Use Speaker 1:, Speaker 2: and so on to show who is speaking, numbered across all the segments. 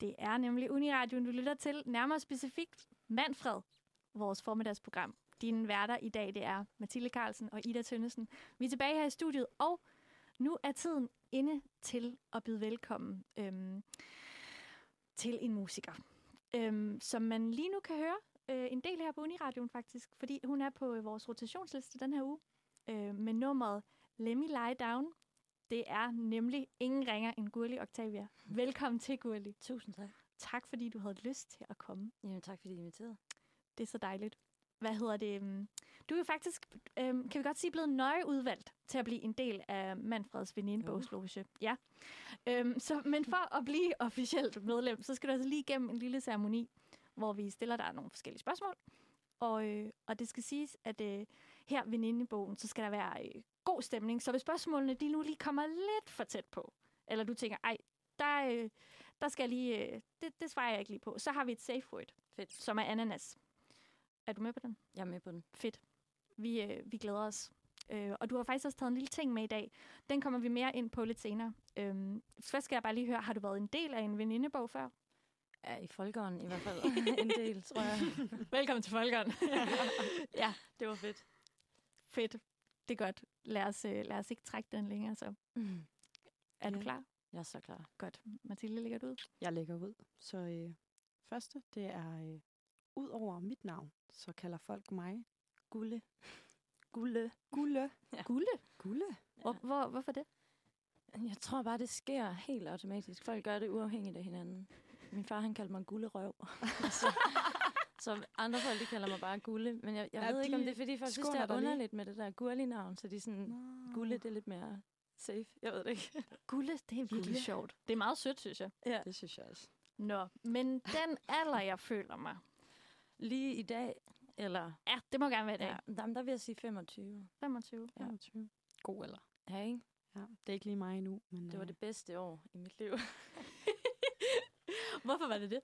Speaker 1: Det er nemlig Uniradioen, du lytter til. Nærmere specifikt Manfred, vores formiddagsprogram. Dine værter i dag, det er Mathilde Carlsen og Ida Tønnesen. Vi er tilbage her i studiet, og nu er tiden inde til at byde velkommen øhm, til en musiker, øhm, som man lige nu kan høre øh, en del her på Uniradioen faktisk, fordi hun er på øh, vores rotationsliste den her uge øh, med nummeret Let Me Lie Down. Det er nemlig ingen ringer end Gurli Octavia. Velkommen til, Gurli.
Speaker 2: Tusind tak.
Speaker 1: Tak, fordi du havde lyst til at komme.
Speaker 2: Jamen tak, fordi I inviterede.
Speaker 1: Det er så dejligt. Hvad hedder det? øhm, Du er jo faktisk, øhm, kan vi godt sige, blevet nøje udvalgt til at blive en del af Manfreds venindebogsloge. Ja. Øhm, så, men for at blive officielt medlem, så skal du altså lige igennem en lille ceremoni, hvor vi stiller dig nogle forskellige spørgsmål. Og, øh, og det skal siges, at øh, her ved venindebogen, så skal der være øh, god stemning. Så hvis spørgsmålene de nu lige kommer lidt for tæt på, eller du tænker, ej, der, øh, der skal jeg lige, øh, det, det svarer jeg ikke lige på, så har vi et safe word,
Speaker 2: Fedt.
Speaker 1: som er ananas. Er du med på den?
Speaker 2: Jeg er med på den.
Speaker 1: Fedt. Vi, øh, vi glæder os. Øh, og du har faktisk også taget en lille ting med i dag. Den kommer vi mere ind på lidt senere. Øhm, først skal jeg bare lige høre, har du været en del af en venindebog før?
Speaker 2: Ja, i folkeånden i hvert fald. en del, tror jeg.
Speaker 1: Velkommen til Folkeren. ja,
Speaker 2: Det var fedt.
Speaker 1: fedt. Det er godt. Lad os, øh, lad os ikke trække den længere, så.
Speaker 2: Mm.
Speaker 1: Er du
Speaker 3: Ja.
Speaker 1: klar?
Speaker 2: Jeg er så klar.
Speaker 1: Godt. Mathilde, lægger du ud?
Speaker 3: Jeg lægger ud. Så øh, første, det er øh, ud over mit navn, så kalder folk mig Gulle. Gulle. Gulle.
Speaker 1: Gulde?
Speaker 3: Gulle.
Speaker 1: Hvor, hvor, hvorfor det?
Speaker 2: Jeg tror bare, det sker helt automatisk. Folk gør det uafhængigt af hinanden. Min far, han kaldte mig gullerøv. så, så andre folk, de kalder mig bare gulle. Men jeg, jeg
Speaker 3: Ja,
Speaker 2: ved ikke, om
Speaker 3: de
Speaker 2: det er, fordi folk synes, det
Speaker 3: skåner
Speaker 2: er
Speaker 3: dig lige.
Speaker 2: underligt med det der gurli-navn. Så de er sådan, gulle, det er lidt mere safe. Jeg ved det ikke.
Speaker 1: Gulde, det er virkelig
Speaker 3: Gulde.
Speaker 1: sjovt. Det er meget sødt, synes jeg.
Speaker 2: ja.
Speaker 3: Det synes jeg også.
Speaker 1: Nå, men den alder, jeg føler mig.
Speaker 2: Lige i dag, eller...
Speaker 1: Ja, det må gerne være i dag.
Speaker 2: Ja, jamen, der vil jeg sige 25.
Speaker 1: 25.
Speaker 2: Ja.
Speaker 3: 25. God alder.
Speaker 2: Ja, ikke?
Speaker 3: Ja, det er ikke lige mig endnu, men
Speaker 2: Det var
Speaker 3: øh,
Speaker 2: det bedste år i mit liv.
Speaker 1: Hvorfor var det det?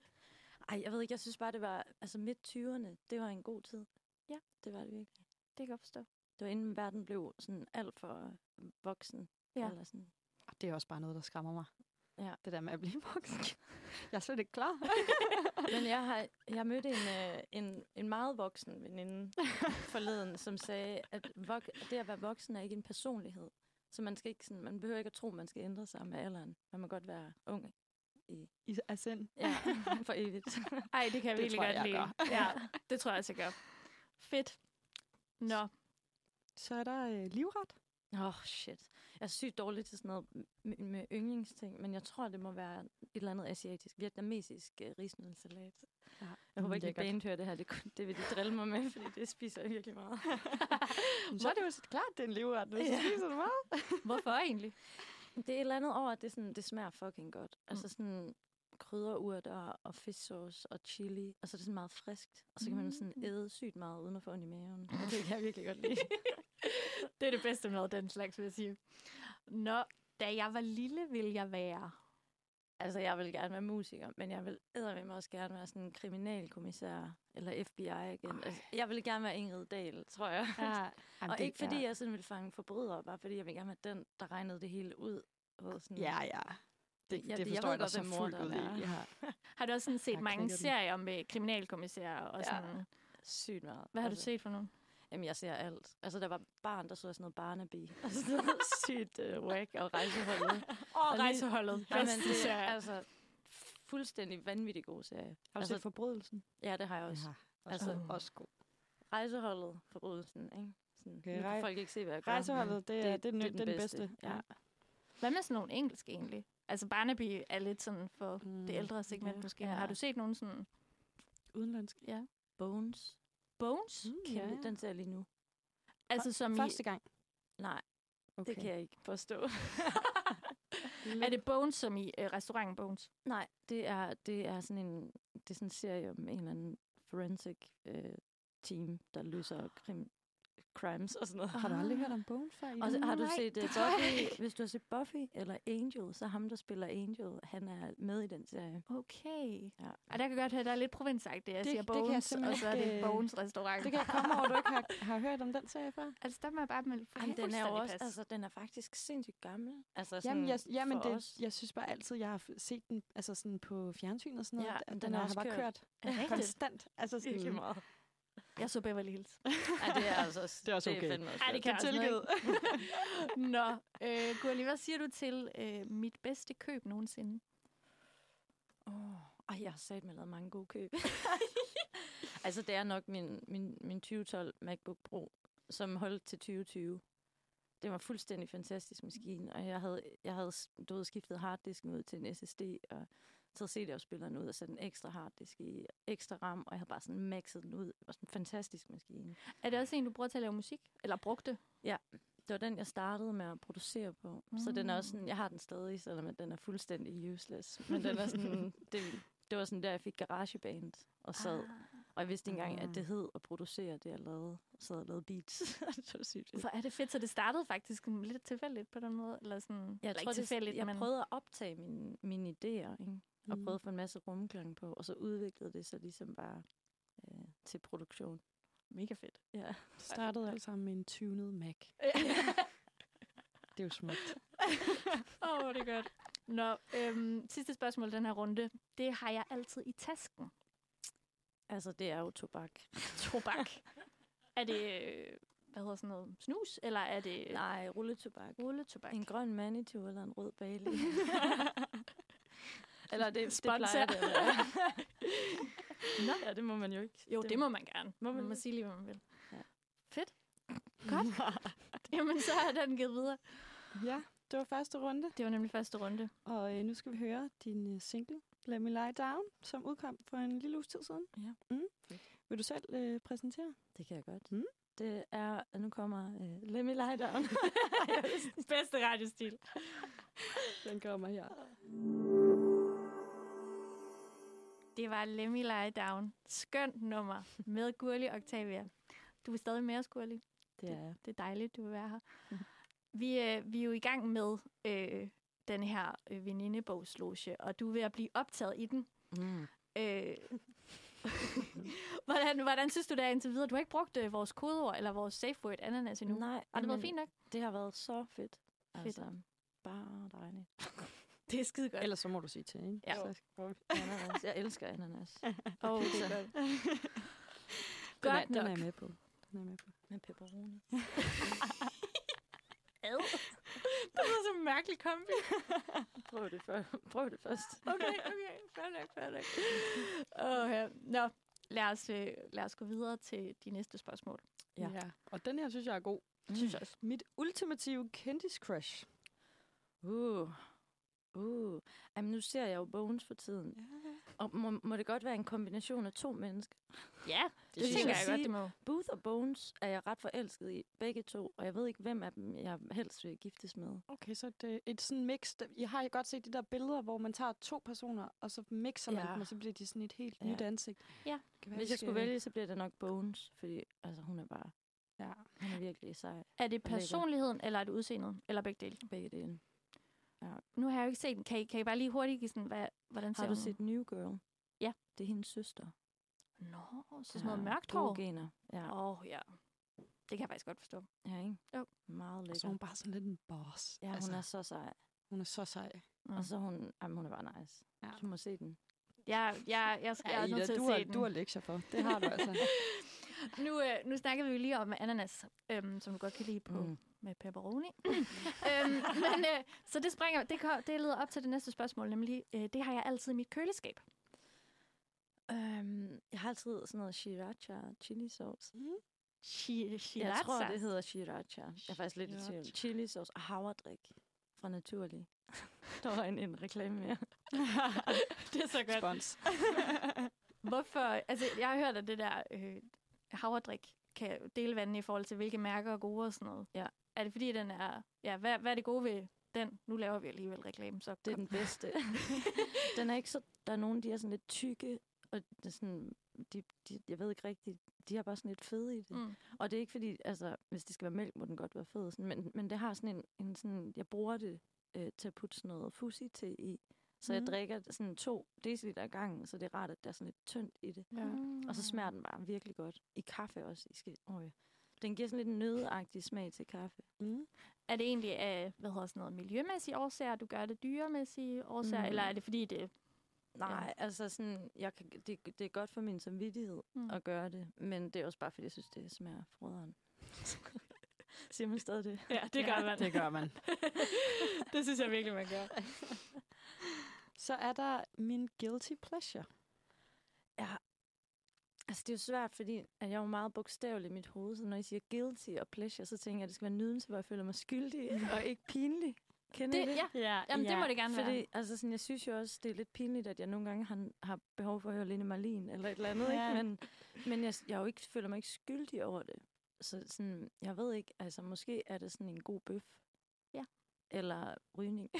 Speaker 2: Ej, jeg ved ikke, jeg synes bare, det var, altså midt 20'erne, det var en god tid.
Speaker 1: Ja.
Speaker 2: Det var det virkelig.
Speaker 1: Det kan jeg godt forstå.
Speaker 2: Det var inden verden blev sådan alt for øh, voksen.
Speaker 1: Ja.
Speaker 2: Eller sådan.
Speaker 3: Ah, det er også bare noget, der skræmmer mig.
Speaker 2: Ja.
Speaker 3: Det der med at blive voksen. jeg er slet ikke klar.
Speaker 2: Men jeg, har, jeg mødte en, øh, en, en meget voksen veninde forleden, som sagde, at vok, det at være voksen er ikke en personlighed. Så man, skal ikke sådan, man behøver ikke at tro, man skal ændre sig med alderen. Man må godt være ung
Speaker 3: I er sind.
Speaker 2: ja, for evigt.
Speaker 1: Ej, det kan jeg
Speaker 3: Det
Speaker 1: virkelig
Speaker 3: tror
Speaker 1: godt
Speaker 3: jeg, jeg
Speaker 1: lide. Ja, det tror jeg også, jeg gør. Fedt. Nå,
Speaker 3: Så er der øh, livret.
Speaker 2: Åh, oh, shit. Jeg er sygt dårlig til sådan noget med, med yndlingsting, men jeg tror, det må være et eller andet asiatisk, vietnamesisk uh, risnødsalat.
Speaker 3: Ja,
Speaker 2: Ja, jeg håber ikke, at
Speaker 3: lækkert.
Speaker 2: band hører Mm, det her. Det, kunne- det vil de drille mig med, fordi det spiser jeg virkelig meget.
Speaker 3: Så er det jo så klart, det er en livret. Hvis ja.
Speaker 2: Ja.
Speaker 3: spiser du meget.
Speaker 1: hvorfor egentlig?
Speaker 2: Det er et eller andet over, at det, sådan, det smager fucking godt. Altså sådan krydderurter og fiskesauce og chili, og så er det sådan meget friskt. Og så kan man sådan
Speaker 1: Mm.
Speaker 2: æde sygt meget, uden at få ondt i maven. Og det kan jeg virkelig godt lide.
Speaker 1: Det er det bedste med den slags, vil jeg sige. Nå, da jeg var lille, ville jeg være.
Speaker 2: Altså, jeg vil gerne være musiker, men jeg vil eddermame også gerne være sådan en kriminalkommissær eller FBI igen. Altså, jeg vil gerne være Ingrid Dahl, tror jeg.
Speaker 3: Ja.
Speaker 2: og ikke fordi jeg sådan ville fange forbrydere, bare fordi jeg vil gerne være den, der regnede det hele ud. Og sådan,
Speaker 3: Ja, ja. Mm. Det,
Speaker 2: Ja,
Speaker 3: det
Speaker 2: det- jeg
Speaker 3: forstår
Speaker 2: ved
Speaker 3: jeg, dig
Speaker 2: godt,
Speaker 3: så
Speaker 2: hvem
Speaker 3: fuldt ud
Speaker 2: morderen er.
Speaker 3: i. Ja.
Speaker 1: Har du også sådan set
Speaker 3: Jeg
Speaker 1: mange
Speaker 3: knækker den.
Speaker 1: serier med kriminalkommissærer og
Speaker 2: Ja.
Speaker 1: sådan?
Speaker 2: Sygt meget.
Speaker 1: Hvad har du
Speaker 2: altså,
Speaker 1: set for nogen?
Speaker 2: Jamen, jeg ser alt. Altså, der var barn, der så sådan noget Barnaby. Og sådan noget sygt uh, whack og rejseholdet.
Speaker 1: Åh,
Speaker 2: Og lige-
Speaker 1: rejseholdet.
Speaker 2: Jamen,
Speaker 1: Bedste
Speaker 2: det er
Speaker 1: serie.
Speaker 2: altså fuldstændig vanvittig god serie.
Speaker 3: Har du
Speaker 2: Altså-
Speaker 3: set forbrydelsen?
Speaker 2: Ja, det har jeg også.
Speaker 3: Altså,
Speaker 1: god.
Speaker 3: også god.
Speaker 2: Rejseholdet, forbrydelsen, ikke? Sådan,
Speaker 3: Okay,
Speaker 2: nu
Speaker 3: rej-
Speaker 2: kan folk ikke se, hvad jeg gør.
Speaker 3: Rejseholdet, det, er,
Speaker 2: Det-
Speaker 3: det, er, den,
Speaker 2: det
Speaker 3: det
Speaker 2: er
Speaker 3: er den bedste.
Speaker 2: Ja.
Speaker 1: Hvad med sådan nogle engelske egentlig? Altså Barnaby er lidt sådan for
Speaker 3: Mm,
Speaker 1: det ældre segment
Speaker 3: ja.
Speaker 1: måske.
Speaker 2: Ja.
Speaker 1: Har du set nogen sådan...
Speaker 3: Udenlandsk.
Speaker 1: Ja.
Speaker 2: Bones.
Speaker 1: Bones?
Speaker 3: Mm,
Speaker 2: Kæmpe, ja, ja. den ser jeg lige nu.
Speaker 1: Altså som i...
Speaker 3: Første gang.
Speaker 2: Nej,
Speaker 3: Okay. Mm.
Speaker 2: okay. det kan jeg ikke forstå.
Speaker 1: Er det Bones som i øh, restauranten Bones?
Speaker 2: Nej, det er, det er sådan en det er sådan en serie om en eller anden forensic øh, team, der løser krim, crimes og sådan noget.
Speaker 3: Har du aldrig hørt om bogen før?
Speaker 2: Og så,
Speaker 3: Ida?
Speaker 2: har du
Speaker 1: Nej,
Speaker 2: set uh,
Speaker 1: det tror jeg
Speaker 2: Buffy,
Speaker 1: ikke.
Speaker 2: hvis du har set Buffy eller Angel, så ham, der spiller Angel, han er med i den serie.
Speaker 1: Okay.
Speaker 2: Ja.
Speaker 1: Og der kan jeg godt høre, at der er lidt provinsagt, det jeg
Speaker 3: Det-
Speaker 1: siger
Speaker 3: det kan jeg
Speaker 1: Bones, og så
Speaker 3: simpelthen
Speaker 1: er det
Speaker 3: ikke, øh,
Speaker 1: Bones restaurant.
Speaker 3: Det kan jeg komme over, at du ikke har, har hørt om den serie før.
Speaker 1: Altså, der må jeg bare melde
Speaker 2: Ej, den er jo
Speaker 1: fuldstændig
Speaker 2: også,
Speaker 1: pas.
Speaker 2: altså, den er faktisk sindssygt gammel. Altså, sådan
Speaker 3: Jamen, jeg, jamen
Speaker 2: for os.
Speaker 3: det, jeg synes bare altid, jeg har f- set den altså sådan på fjernsyn og sådan noget,
Speaker 2: Ja,
Speaker 3: ja,
Speaker 2: men den
Speaker 3: at den
Speaker 2: er
Speaker 3: har
Speaker 2: også
Speaker 3: bare
Speaker 2: kørt.
Speaker 3: kørt
Speaker 1: Er det rigtigt?
Speaker 3: konstant. Altså
Speaker 2: virkelig
Speaker 3: sådan,
Speaker 2: meget.
Speaker 1: Jeg så Beverly Hills.
Speaker 2: Ej, det er altså også,
Speaker 3: Det er også okay.
Speaker 2: fandme også
Speaker 1: Ej, det
Speaker 2: godt.
Speaker 1: kan jeg altså
Speaker 3: tilgivet.
Speaker 1: Nå, øh, Gurli, hvad siger du til øh, mit bedste køb nogensinde?
Speaker 2: Åh, oh, jeg har sat mig lavet mange gode køb. altså, det er nok min, min, min 2012 MacBook Pro, som holdt til 2020. Det var en fuldstændig fantastisk maskine, og jeg havde, jeg havde s- du ved, skiftet harddisken ud til en SSD, og taget CD-afspilleren ud og sat en ekstra harddisk i, ekstra RAM, og jeg havde bare sådan maxet den ud. Det var sådan en fantastisk maskine.
Speaker 1: Er det også en, du bruger til at lave musik? Eller brugte?
Speaker 2: Det var den, jeg startede med at producere på. Mm. Så den er også sådan, jeg har den stadig, selvom at den er fuldstændig useless. Men den er sådan, det, det var sådan der, jeg fik garageband og sad. Ah. Og jeg vidste ikke engang, at det hed at producere det, jeg lavede. Sad og lavede beats. det var sygt.
Speaker 1: Hvor er det fedt, så det startede faktisk sådan lidt tilfældigt på den måde? Eller sådan,
Speaker 2: Jeg
Speaker 1: eller
Speaker 2: tror,
Speaker 1: ikke
Speaker 2: det,
Speaker 1: tilfældigt,
Speaker 2: jeg
Speaker 1: men...
Speaker 2: prøvede at optage mine, mine idéer, ikke? og prøvede at få en masse rumklang på, og så udviklede det sig ligesom bare øh, til produktion.
Speaker 1: Mega fedt.
Speaker 2: Ja.
Speaker 3: Det startede alt sammen med en tunet Mac. Det er jo smukt.
Speaker 1: Åh, oh, det er godt. Nå, øhm, sidste spørgsmål i den her runde. Det har jeg altid i tasken.
Speaker 2: Altså, det er jo tobak.
Speaker 1: Tobak. er det, øh, hvad hedder sådan noget, snus? Eller er det
Speaker 2: Nej, rulletobak.
Speaker 1: rulletobak?
Speaker 2: En grøn Manitou eller en rød Bailey. eller det, det
Speaker 1: Sponsor.
Speaker 2: plejer det at være. Nå. Ja, det må man jo ikke.
Speaker 1: Jo, det,
Speaker 2: må-
Speaker 1: må man gerne.
Speaker 2: Må man
Speaker 1: man må
Speaker 2: det?
Speaker 1: sige lige, hvad man vil.
Speaker 2: Ja.
Speaker 1: Fedt. Godt. Jamen, så er den givet videre.
Speaker 3: Ja, det var første runde,
Speaker 1: Det var nemlig første runde.
Speaker 3: og øh, nu skal vi høre din øh, single, Let Me Lie Down, som udkom for en lille uges tid siden.
Speaker 2: Ja.
Speaker 3: Mm. Vil du selv øh, præsentere?
Speaker 2: Det kan jeg godt.
Speaker 3: Mm.
Speaker 2: Det er, og nu kommer uh, Let Me Lie Down.
Speaker 1: Bedste radiostil.
Speaker 3: Den kommer her.
Speaker 1: Det var Lemmy Lie Down. Skønt nummer med Gurli Octavia. Du er stadig med os, Gurli.
Speaker 2: det er
Speaker 1: Det er dejligt, du vil være her.
Speaker 2: Mhm.
Speaker 1: Vi, øh, vi er jo i gang med øh, den her øh, venindebogsloge, og du er ved at blive optaget i den.
Speaker 2: mm.
Speaker 1: Øh, hvordan, hvordan synes du det er indtil videre? Du har ikke brugt øh, vores kodeord eller vores safe word ananas endnu.
Speaker 2: Nej,
Speaker 1: Har det
Speaker 2: men
Speaker 1: været fint nok?
Speaker 2: Det har været så fedt.
Speaker 1: Fedt.
Speaker 2: Altså, bare dejligt.
Speaker 1: Det er skide godt.
Speaker 3: Ellers så må du sige til, ikke?
Speaker 1: Ja.
Speaker 3: Så skal vi-
Speaker 2: Ananas. Jeg elsker ananas.
Speaker 1: Oh,
Speaker 2: pizza.
Speaker 1: det er godt.
Speaker 3: Den er,
Speaker 1: godt
Speaker 3: den er
Speaker 1: nok.
Speaker 3: jeg med på. Den er jeg med på.
Speaker 2: Med pepperoni.
Speaker 1: Ad. det er så mærkelig kombi.
Speaker 2: Prøv det, før. Prøv det først.
Speaker 1: Okay, okay. Fair nok, fair nok. Oh, ja. Nå, lad os, øh, lad os gå videre til de næste spørgsmål.
Speaker 2: Ja.
Speaker 3: ja. Og den her synes jeg er god.
Speaker 1: Synes jeg også.
Speaker 3: Mit ultimative kendis crush.
Speaker 2: Uh. Uh. Jamen, nu ser jeg jo Bones for tiden. Og må, må det godt være en kombination af to mennesker?
Speaker 1: Ja, det,
Speaker 2: synes
Speaker 1: det tænker
Speaker 2: jeg.
Speaker 1: jeg godt, det må.
Speaker 2: Booth og Bones er jeg ret forelsket i, begge to. Og jeg ved ikke, hvem af dem jeg helst vil giftes med.
Speaker 3: Okay, så det er et sådan mix. Jeg har godt set de der billeder, hvor man tager to personer, og så mixer man
Speaker 2: Ja.
Speaker 3: dem, og så bliver de sådan et helt
Speaker 2: Ja.
Speaker 3: ja. nyt ansigt.
Speaker 1: Ja.
Speaker 3: Det kan være,
Speaker 2: Hvis
Speaker 3: vi
Speaker 2: jeg skulle
Speaker 3: skal-
Speaker 2: vælge, så bliver det nok Bones, fordi altså, hun er bare
Speaker 3: Ja.
Speaker 2: hun er virkelig sej,
Speaker 1: Er det
Speaker 2: Og lækker.
Speaker 1: personligheden, eller er det udseendet? Eller begge dele?
Speaker 2: begge dele.
Speaker 1: Nu har jeg jo ikke set den. Kan I, kan I bare lige hurtigt give sådan, hvad, hvordan ser
Speaker 2: Har du
Speaker 1: hun?
Speaker 2: set New Girl?
Speaker 1: Ja.
Speaker 2: Det er hendes søster.
Speaker 1: Nå, så sådan noget
Speaker 2: Ja,
Speaker 1: mørkt
Speaker 2: gode
Speaker 1: hår.
Speaker 2: gener. Ja,
Speaker 1: Åh, oh, ja. Det kan jeg faktisk godt forstå.
Speaker 2: ja ikke?
Speaker 1: Jo.
Speaker 2: Meget
Speaker 3: Og så er hun
Speaker 2: lækker.
Speaker 3: bare sådan lidt en boss.
Speaker 2: Ja, hun altså. er så sej.
Speaker 3: hun er så sej.
Speaker 1: Mm.
Speaker 2: Og så er hun, jamen, hun er bare nice.
Speaker 3: Ja.
Speaker 2: Du må se den.
Speaker 1: Jeg, jeg, jeg, skal, jeg er nødt til at
Speaker 3: du,
Speaker 1: se
Speaker 3: har,
Speaker 1: den.
Speaker 3: du har lektier for. Det har du altså.
Speaker 1: Nu, øh, nu snakker vi jo lige om ananas, øhm, som du godt kan lide på mm.
Speaker 2: Mm.
Speaker 1: med pepperoni. øhm, men, øh, så det springer, det, kom, det leder op til det næste spørgsmål, nemlig, øh, det har jeg altid i mit køleskab.
Speaker 2: Øhm, jeg har altid sådan noget sriracha chili sauce.
Speaker 1: Chi, chi,
Speaker 2: Jeg tror, det hedder sriracha. Jeg er faktisk lidt i tvivl.
Speaker 3: Sriracha.
Speaker 2: Chili sauce og havredrik fra Naturlig. Der var en, en reklame mere.
Speaker 1: det er så godt.
Speaker 3: Spons.
Speaker 1: Hvorfor? Altså, jeg har hørt, at det der øh, havredrik kan dele vandene i forhold til, hvilke mærker er gode og sådan noget.
Speaker 2: Ja.
Speaker 1: Er det fordi, den er... Ja, hvad, hvad er det gode ved den? Nu laver vi alligevel reklame, så
Speaker 2: Det er
Speaker 1: kom.
Speaker 2: den bedste. den er ikke så... Der er nogen, de er sådan lidt tykke, og det er sådan de, de, jeg ved ikke rigtigt, de har bare sådan lidt fede i det. Mm.
Speaker 1: Mm.
Speaker 2: Og det er ikke fordi, altså, hvis det skal være mælk, må den godt være fed. Sådan, men, men det har sådan en, en sådan, jeg bruger det øh, til at putte sådan noget fuzzy te i. Så mm.
Speaker 3: Mm.
Speaker 2: jeg drikker sådan to deciliter ad gangen, så det er rart, at der er sådan lidt tyndt i det.
Speaker 3: Ja.
Speaker 1: Mm.
Speaker 2: Og så smager den bare virkelig godt. I kaffe også. I skal, oh ja. Den giver sådan lidt en nødeagtig smag til kaffe.
Speaker 3: Mm.
Speaker 1: Er det egentlig af hvad hedder sådan noget, miljømæssige årsager, du gør det dyremæssige årsager, mm.
Speaker 2: Mm.
Speaker 1: eller er det fordi, det
Speaker 2: Nej, ja. altså sådan, jeg kan, det, det er godt for min samvittighed
Speaker 1: Mm.
Speaker 2: mm. at gøre det, men det er også bare, fordi jeg synes, det smager frøderen. Siger man stadig det?
Speaker 1: Ja, det gør man.
Speaker 3: Det gør man.
Speaker 1: det synes jeg virkelig, man gør.
Speaker 3: Så er der min guilty pleasure.
Speaker 2: Altså, det er jo svært, fordi at jeg er jo meget bogstavelig i mit hoved, så når I siger guilty og pleasure, så tænker jeg, at det skal være en nydelse, hvor jeg føler mig skyldig og ikke pinlig. Kender I
Speaker 1: Det,
Speaker 2: det?
Speaker 1: ja,
Speaker 3: Ja.
Speaker 1: jamen ja, det må det gerne
Speaker 2: Fordi,
Speaker 1: være.
Speaker 2: altså sådan, jeg synes jo også, det er lidt pinligt, at jeg nogle gange har, har behov for at høre Lene Marlin eller et eller andet,
Speaker 3: Ja.
Speaker 2: ikke? Men, men jeg, jeg er jo ikke, føler mig ikke skyldig over det. Så sådan, jeg ved ikke, altså måske er det sådan en god bøf.
Speaker 1: Ja.
Speaker 2: Eller rygning.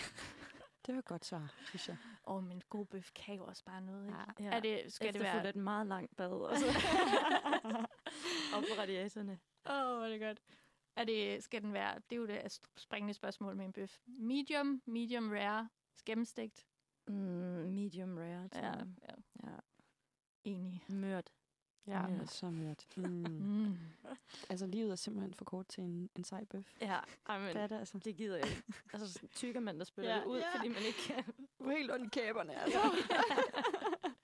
Speaker 3: Det var godt svar, synes jeg.
Speaker 1: Åh, oh, men god bøf kan jo også bare noget, ikke?
Speaker 3: Ja.
Speaker 1: Ja. Er det, skal det være...
Speaker 2: et meget langt bad også. Og på radiatorerne.
Speaker 1: Åh, oh, hvor er det godt. Er det, skal den være, det er jo det altså, springende spørgsmål med en bøf. Medium, medium rare, gennemstegt.
Speaker 2: Mm, medium rare, tror jeg.
Speaker 1: ja.
Speaker 2: ja.
Speaker 1: Enig.
Speaker 2: Mørt.
Speaker 3: Ja,
Speaker 2: Ja.
Speaker 3: ja. så mørt. Mm.
Speaker 1: Mm.
Speaker 3: altså, livet er simpelthen for kort til en, en sej bøf.
Speaker 2: Ja, Ej, men
Speaker 3: Det er det altså.
Speaker 2: det gider jeg ikke. Altså, sådan tykker man, der spiller
Speaker 3: Ja.
Speaker 2: ja. det ud,
Speaker 3: Ja.
Speaker 2: ja. fordi man ikke kan.
Speaker 3: Du er helt ondt i kæberne, altså.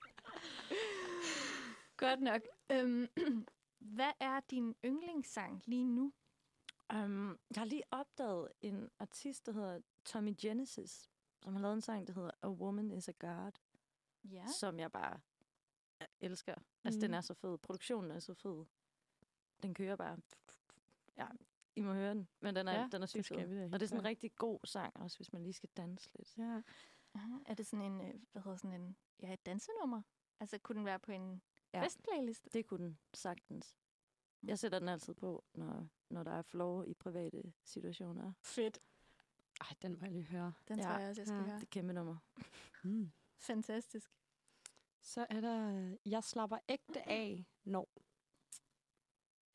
Speaker 1: Godt nok. Øhm, hvad er din yndlingssang lige nu?
Speaker 2: Um, jeg har lige opdaget en artist, der hedder Tommy Genesis, som har lavet en sang, der hedder A Woman Is A God,
Speaker 1: Ja.
Speaker 2: ja. som jeg bare elsker. Altså, mm. den
Speaker 3: Mhm.
Speaker 2: er så fed. Produktionen er så fed. Den kører bare. Ja, I må høre den, men den er, ja, den er sygt fed.
Speaker 3: vi da
Speaker 2: Og det er sådan en rigtig god sang også, hvis man lige skal danse lidt.
Speaker 3: Ja.
Speaker 1: Er det sådan en, øh, hvad hedder sådan en, ja, et dansenummer? Altså, kunne den være på en ja.
Speaker 2: Ja.
Speaker 1: festplaylist?
Speaker 2: Det kunne den sagtens. Jeg sætter den altid på, når, når der er flow i private situationer.
Speaker 1: Fedt.
Speaker 3: Ej, den må jeg lige høre.
Speaker 1: Den ja.
Speaker 2: Ja.
Speaker 1: tror jeg også, jeg skal
Speaker 3: Ja.
Speaker 1: ja. høre.
Speaker 2: Det er kæmpe nummer.
Speaker 3: Mm.
Speaker 1: Fantastisk.
Speaker 3: Så er der, øh, jeg slapper ægte af, når.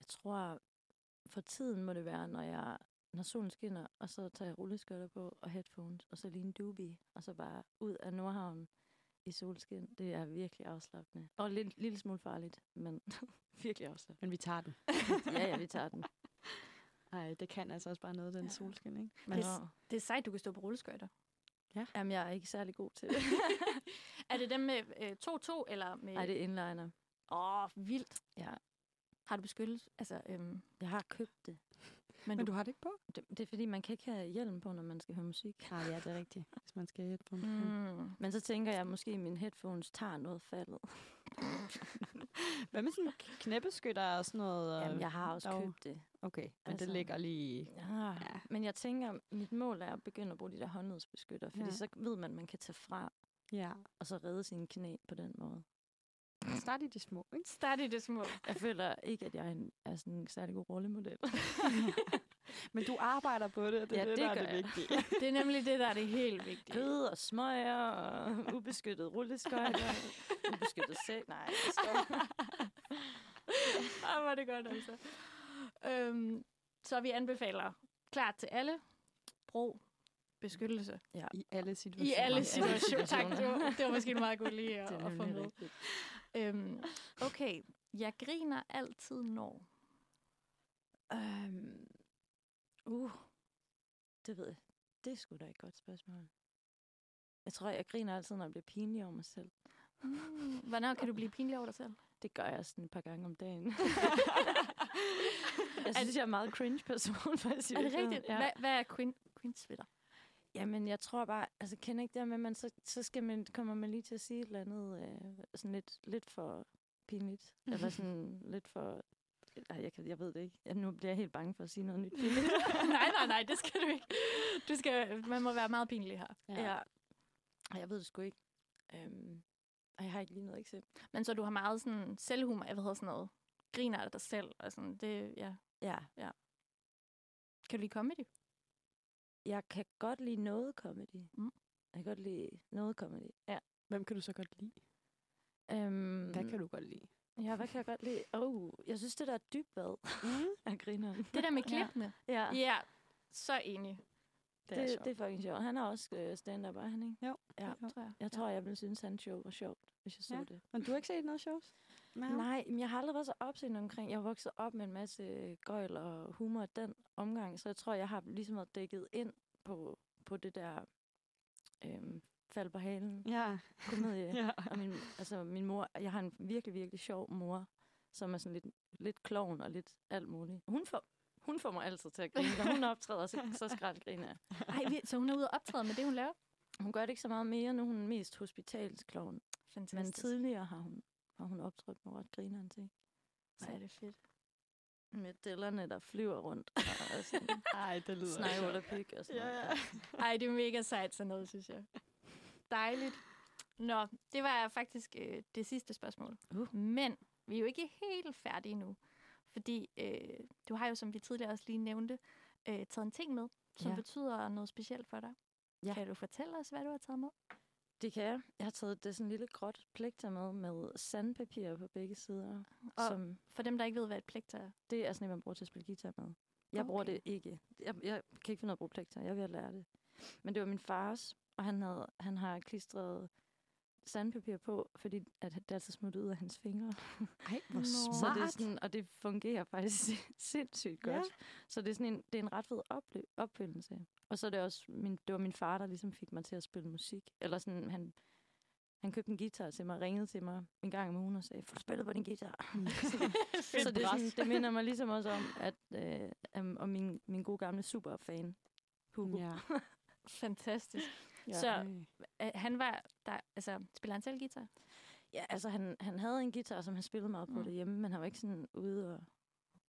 Speaker 2: Jeg tror, for tiden må det være, når jeg når solen skinner, og så tager jeg rulleskørter på og headphones, og så lige en doobie, og så bare ud af Nordhavn i solskin. Det er virkelig afslappende. Og en lille, lille smule farligt, men virkelig afslappende.
Speaker 3: Men vi tager den.
Speaker 2: Ja, ja, vi tager den.
Speaker 3: Ej, det kan altså også bare noget, den
Speaker 1: Ja.
Speaker 3: ja. solskin, ikke?
Speaker 2: Men,
Speaker 1: Hvis- Det er sejt, du kan stå på rulleskøjter.
Speaker 2: jamen, jeg er ikke særlig god til det.
Speaker 1: er det dem med øh, 2-2, eller med...
Speaker 2: Nej, det er inliner.
Speaker 1: Åh, vildt.
Speaker 2: Ja.
Speaker 1: Har du beskyttelse? Altså, øhm,
Speaker 2: Jeg har købt det.
Speaker 1: men,
Speaker 3: Men du har det ikke på?
Speaker 2: det. Det er fordi, man kan ikke have hjelm på, når man skal høre musik.
Speaker 3: Nej, Ah, ja, det er rigtigt. Hvis man skal have et på. Mm.
Speaker 1: Mm.
Speaker 2: Men så tænker jeg, at måske mine headphones tager noget faldet.
Speaker 3: Hvad med sådan knæbeskytter og sådan noget? øh?
Speaker 2: Jamen, jeg har også
Speaker 3: dog.
Speaker 2: købt det.
Speaker 3: Okay, men altså.
Speaker 2: Altså.
Speaker 3: det ligger lige...
Speaker 2: Ah,
Speaker 3: Ja.
Speaker 2: ja. Men jeg tænker, mit mål er at begynde at bruge de der håndledsbeskytter, fordi
Speaker 3: Ja.
Speaker 2: ja. så ved man, at man kan tage fra
Speaker 3: Ja.
Speaker 2: og så redde sine knæ på den måde.
Speaker 3: Start i de små, ikke?
Speaker 1: Start i det små.
Speaker 2: Jeg føler ikke, at jeg er, en, er sådan en særlig god rollemodel.
Speaker 3: Men du arbejder på det, og det er
Speaker 2: Ja,
Speaker 3: ja, det,
Speaker 2: det
Speaker 3: der er
Speaker 2: gør jeg.
Speaker 3: det vigtige.
Speaker 1: Det er nemlig det, der er det helt vigtige.
Speaker 2: Kød og smøger og ubeskyttet rulleskøjter, ubeskyttet sæk. Nej, stop.
Speaker 1: Ej, hvor er det godt, altså. Øhm, så vi anbefaler klart til alle, brug beskyttelse.
Speaker 3: I alle situationer.
Speaker 1: I alle
Speaker 2: situationer.
Speaker 1: situationer. Tak, det var, det var måske en meget god lige at,
Speaker 2: Det er
Speaker 1: at få
Speaker 2: nemlig
Speaker 1: med.
Speaker 2: rigtigt.
Speaker 1: Øhm, okay, jeg griner altid når.
Speaker 2: Øhm, uh, det ved jeg. Det er sgu da et godt spørgsmål. Jeg tror, jeg griner altid, når jeg bliver pinlig over mig selv.
Speaker 1: Mm, Hvornår kan du blive pinlig over dig selv?
Speaker 2: Det gør jeg sådan et par gange om dagen. jeg synes, jeg er en meget cringe person, faktisk. i
Speaker 1: Er det
Speaker 2: virkeligheden.
Speaker 1: rigtigt?
Speaker 2: Ja.
Speaker 1: Hvad, hvad er queen, queens ved dig?
Speaker 2: Jamen, jeg tror bare, altså kender ikke det her med, at man så, så skal man, kommer man lige til at sige et eller andet øh, sådan lidt, lidt for pinligt. Eller sådan lidt for... Ej, jeg, kan, jeg ved det ikke. Ja, nu bliver jeg helt bange for at sige noget nyt pinligt.
Speaker 1: nej, nej, nej, det skal du ikke. Du skal, man må være meget pinlig her.
Speaker 2: ja. Og jeg ved det sgu ikke. Øhm, og jeg har ikke lige noget eksempel.
Speaker 1: Men så du har meget sådan selvhumor, jeg ved sådan noget, griner af dig selv, og sådan, det, ja.
Speaker 2: Ja,
Speaker 1: Kan du lide comedy?
Speaker 2: jeg kan godt lide noget comedy.
Speaker 1: Mm.
Speaker 2: Jeg kan godt lide noget comedy. Ja.
Speaker 3: Hvem kan du så godt lide?
Speaker 2: Øhm,
Speaker 3: Hvad kan du godt lide?
Speaker 2: Ja, hvad kan jeg godt lide? Oh, jeg synes, det der dybvad
Speaker 3: Mm.
Speaker 2: er griner.
Speaker 1: Det der med klippene.
Speaker 2: Ja,
Speaker 1: Ja, ja så enig.
Speaker 2: det, det, er, det er fucking sjovt. Han er også øh, stand-up, er han ikke? Ja.
Speaker 1: Tror jeg.
Speaker 2: Jeg tror, jeg ville synes, han show var sjovt, hvis jeg så
Speaker 3: Ja.
Speaker 2: det.
Speaker 3: Men du har ikke set noget shows? med ham?
Speaker 2: Nej, men jeg har aldrig været så opsigt omkring. Jeg er vokset op med en masse øh, gøjl og humor i den omgang, så jeg tror, jeg har ligesom været dækket ind på, på det der øhm, fald på halen
Speaker 3: Ja.
Speaker 2: komedie.
Speaker 3: ja.
Speaker 2: og min, altså, min mor, jeg har en virkelig, virkelig sjov mor, som er sådan lidt, lidt klovn og lidt alt muligt. Hun får, hun får mig altid til at grine. Når hun optræder, så, så skraldgriner jeg.
Speaker 1: Ej, vi- så hun er ude og optræde med det, hun laver?
Speaker 2: Hun gør det ikke så meget mere, nu er hun mest hospitalsklovn. Men
Speaker 1: Fantastisk.
Speaker 2: tidligere har hun, har hun optrådt med ret grineren ting.
Speaker 1: Så er det fedt.
Speaker 2: Med dillerne, der flyver rundt. Og, og sådan,
Speaker 3: Ej, det lyder
Speaker 2: Snegl og pik og sådan
Speaker 3: Ja,
Speaker 2: noget.
Speaker 3: ja.
Speaker 1: Ej, det er mega sejt sådan noget, synes jeg. Dejligt. Nå, det var faktisk øh, det sidste spørgsmål.
Speaker 2: Uh.
Speaker 1: Men vi er jo ikke helt færdige nu. Fordi øh, du har jo, som vi tidligere også lige nævnte, øh, taget en ting med, som
Speaker 2: Ja.
Speaker 1: ja. betyder noget specielt for dig.
Speaker 2: Ja.
Speaker 1: Ja. Kan du fortælle os, hvad du har taget med?
Speaker 2: Det kan jeg. Jeg har taget det sådan en lille gråt plægter med, med sandpapir på begge sider. Og
Speaker 1: Og-
Speaker 2: som,
Speaker 1: For dem, der ikke ved, hvad et plekter er.
Speaker 2: det er sådan en, man bruger til at spille guitar med. Jeg okay. bruger
Speaker 1: Okay.
Speaker 2: det ikke. Jeg, jeg kan ikke finde ud af at bruge plægter. Jeg er ved at lære det. Men det var min fars, og han, havde, han har klistret sandpapir på, fordi at det er altid smuttet ud af hans fingre.
Speaker 3: Ej, hvor
Speaker 1: Nå.
Speaker 2: Så det er
Speaker 3: smart.
Speaker 2: sådan, og det fungerer faktisk sindssygt
Speaker 3: Ja.
Speaker 2: godt. Ja. Så det er sådan en, det er en ret fed ople- opfyldelse. Og så er det også min, det var min far, der ligesom fik mig til at spille musik. Eller sådan, han, han købte en guitar til mig, ringede til mig en gang om ugen og sagde, får du spillet på din guitar? så det, er sådan, det minder mig ligesom også om, at, øh, om- om min, min gode gamle superfan, Hugo.
Speaker 3: Ja.
Speaker 1: Fantastisk.
Speaker 2: Ja.
Speaker 1: Så- Øh, han var, der, altså, spiller han selv guitar?
Speaker 2: ja, altså han, han havde en guitar, som han spillede meget på
Speaker 1: Mm.
Speaker 2: derhjemme, men han var ikke sådan ude og,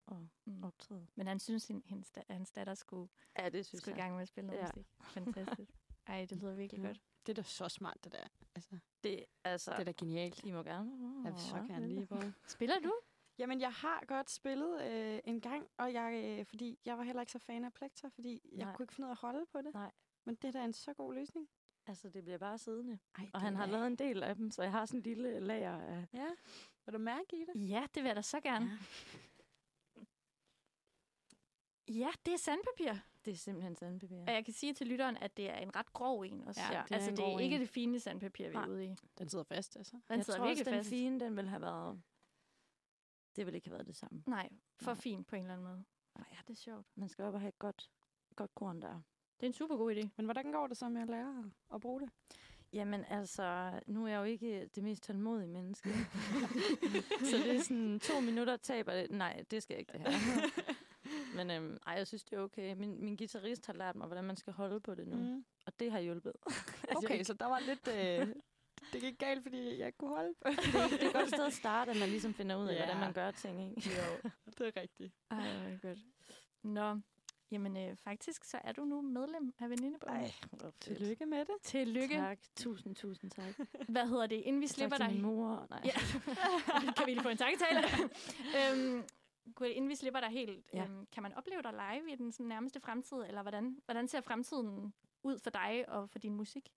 Speaker 2: og
Speaker 1: Mm.
Speaker 2: optræde.
Speaker 1: Men han synes, at hans, da- hans datter skulle,
Speaker 2: Ja, det synes
Speaker 1: skulle i gang med at spille noget
Speaker 2: Ja.
Speaker 1: ja. musik. Fantastisk. Ej, det lyder virkelig
Speaker 3: Ja.
Speaker 1: ja. godt.
Speaker 3: Det er da så smart, det der. Altså,
Speaker 2: Det, altså,
Speaker 3: det er da genialt.
Speaker 2: I må gerne.
Speaker 3: Jeg vil så gerne lige prøve.
Speaker 1: Spiller du?
Speaker 3: Jamen, jeg har godt spillet øh, en gang, og jeg, øh, fordi jeg var heller ikke så fan af plekter, fordi Nej.
Speaker 2: Nej.
Speaker 3: jeg kunne ikke finde ud af at holde på det.
Speaker 2: Nej.
Speaker 3: Men det er da en så god løsning.
Speaker 2: Altså, det bliver bare siddende.
Speaker 3: Ej,
Speaker 2: Og han har lavet en del af dem, så jeg har sådan en lille lager af...
Speaker 3: Ja, vil du mærke i det?
Speaker 1: Ja, det vil jeg da så gerne.
Speaker 3: Ja.
Speaker 1: Ja, ja det er sandpapir.
Speaker 2: Det er simpelthen sandpapir.
Speaker 1: Og jeg kan sige til lytteren, at det er en ret grov en også.
Speaker 2: Ja, det er
Speaker 1: altså,
Speaker 3: en
Speaker 1: det er
Speaker 3: grov
Speaker 1: ikke
Speaker 3: en.
Speaker 1: det fine sandpapir, vi er
Speaker 2: Nej.
Speaker 1: ude i. Den
Speaker 3: Den sidder fast, altså.
Speaker 2: jeg
Speaker 1: sidder
Speaker 2: tror
Speaker 1: virkelig
Speaker 2: også, den
Speaker 1: fast.
Speaker 2: fine, den ville have været... Det ville ikke have været det samme.
Speaker 1: Nej, for
Speaker 2: Nej.
Speaker 1: fin på en eller anden måde. Ej, ja, det er sjovt.
Speaker 2: Man skal op og have et godt, godt korn der.
Speaker 1: Det er en super god idé.
Speaker 3: Men hvordan går det så med at lære at bruge det?
Speaker 2: Jamen altså, nu er jeg jo ikke det mest tålmodige menneske. så det er sådan to minutter taber det. Nej, det skal jeg ikke det her. Men øhm, ej, jeg synes, det er okay. Min, min guitarist har lært mig, hvordan man skal holde på det nu. Mm. Og det har hjulpet. Altså,
Speaker 3: Okay, så der var lidt... Øh, det gik galt, fordi jeg ikke kunne holde på det.
Speaker 2: det er et godt sted at starte, at man ligesom finder ud af, yeah. hvordan
Speaker 3: Ja.
Speaker 2: man gør ting. Ikke?
Speaker 3: jo, det er rigtigt.
Speaker 1: Ej, hvor er det godt. Nå, jamen øh, faktisk, så er du nu medlem af Venindebogen.
Speaker 2: Ej, hvor fedt.
Speaker 3: Tillykke med det.
Speaker 1: Tillykke.
Speaker 2: Tak. Tusind, tusind tak.
Speaker 1: Hvad hedder det, inden vi slipper
Speaker 2: tak til
Speaker 1: dig?
Speaker 2: min mor. Nej.
Speaker 1: Ja. kan vi lige få en takketale? øhm, Gud, inden vi slipper dig helt,
Speaker 2: Ja.
Speaker 1: ja. øhm, kan man opleve dig live i den sådan, nærmeste fremtid? Eller hvordan, hvordan ser fremtiden ud for dig og for din musik?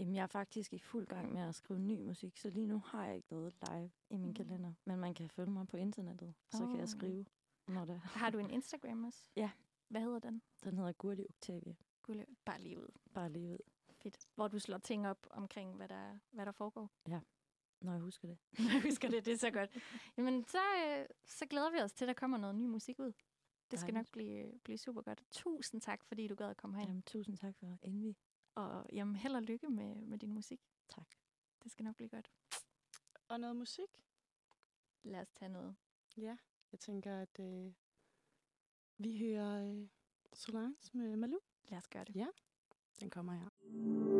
Speaker 2: Jamen, jeg er faktisk i fuld gang med at skrive ny musik, så lige nu har jeg ikke noget live i min
Speaker 1: Mm.
Speaker 2: kalender. Men man kan følge mig på internettet, så oh. kan jeg
Speaker 1: Åh.
Speaker 2: skrive, når det er.
Speaker 1: Har du en Instagram også?
Speaker 2: Ja.
Speaker 1: Hvad hedder den?
Speaker 2: Den hedder Gurli Octavia.
Speaker 1: Gulle, bare lige ud.
Speaker 2: Bare lige ud,
Speaker 1: Fedt. Hvor du slår ting op omkring, hvad der, hvad der foregår.
Speaker 2: når jeg husker det.
Speaker 1: Jeg husker det, det er så godt. Jamen, så, øh, så glæder vi os til, at der kommer noget ny musik ud. Det skal
Speaker 2: Dejligt.
Speaker 1: nok blive, blive super godt. Tusind tak, fordi du gad at komme herind.
Speaker 2: Jamen, tusind tak for Envy.
Speaker 1: Og jamen, held og lykke med, med din musik.
Speaker 2: Tak.
Speaker 1: Det skal nok blive godt.
Speaker 3: Og noget musik?
Speaker 1: Lad os tage noget.
Speaker 3: Ja, jeg tænker, at øh, vi hører øh, Solange med Malou.
Speaker 1: Lad os gøre det.
Speaker 3: Den kommer her.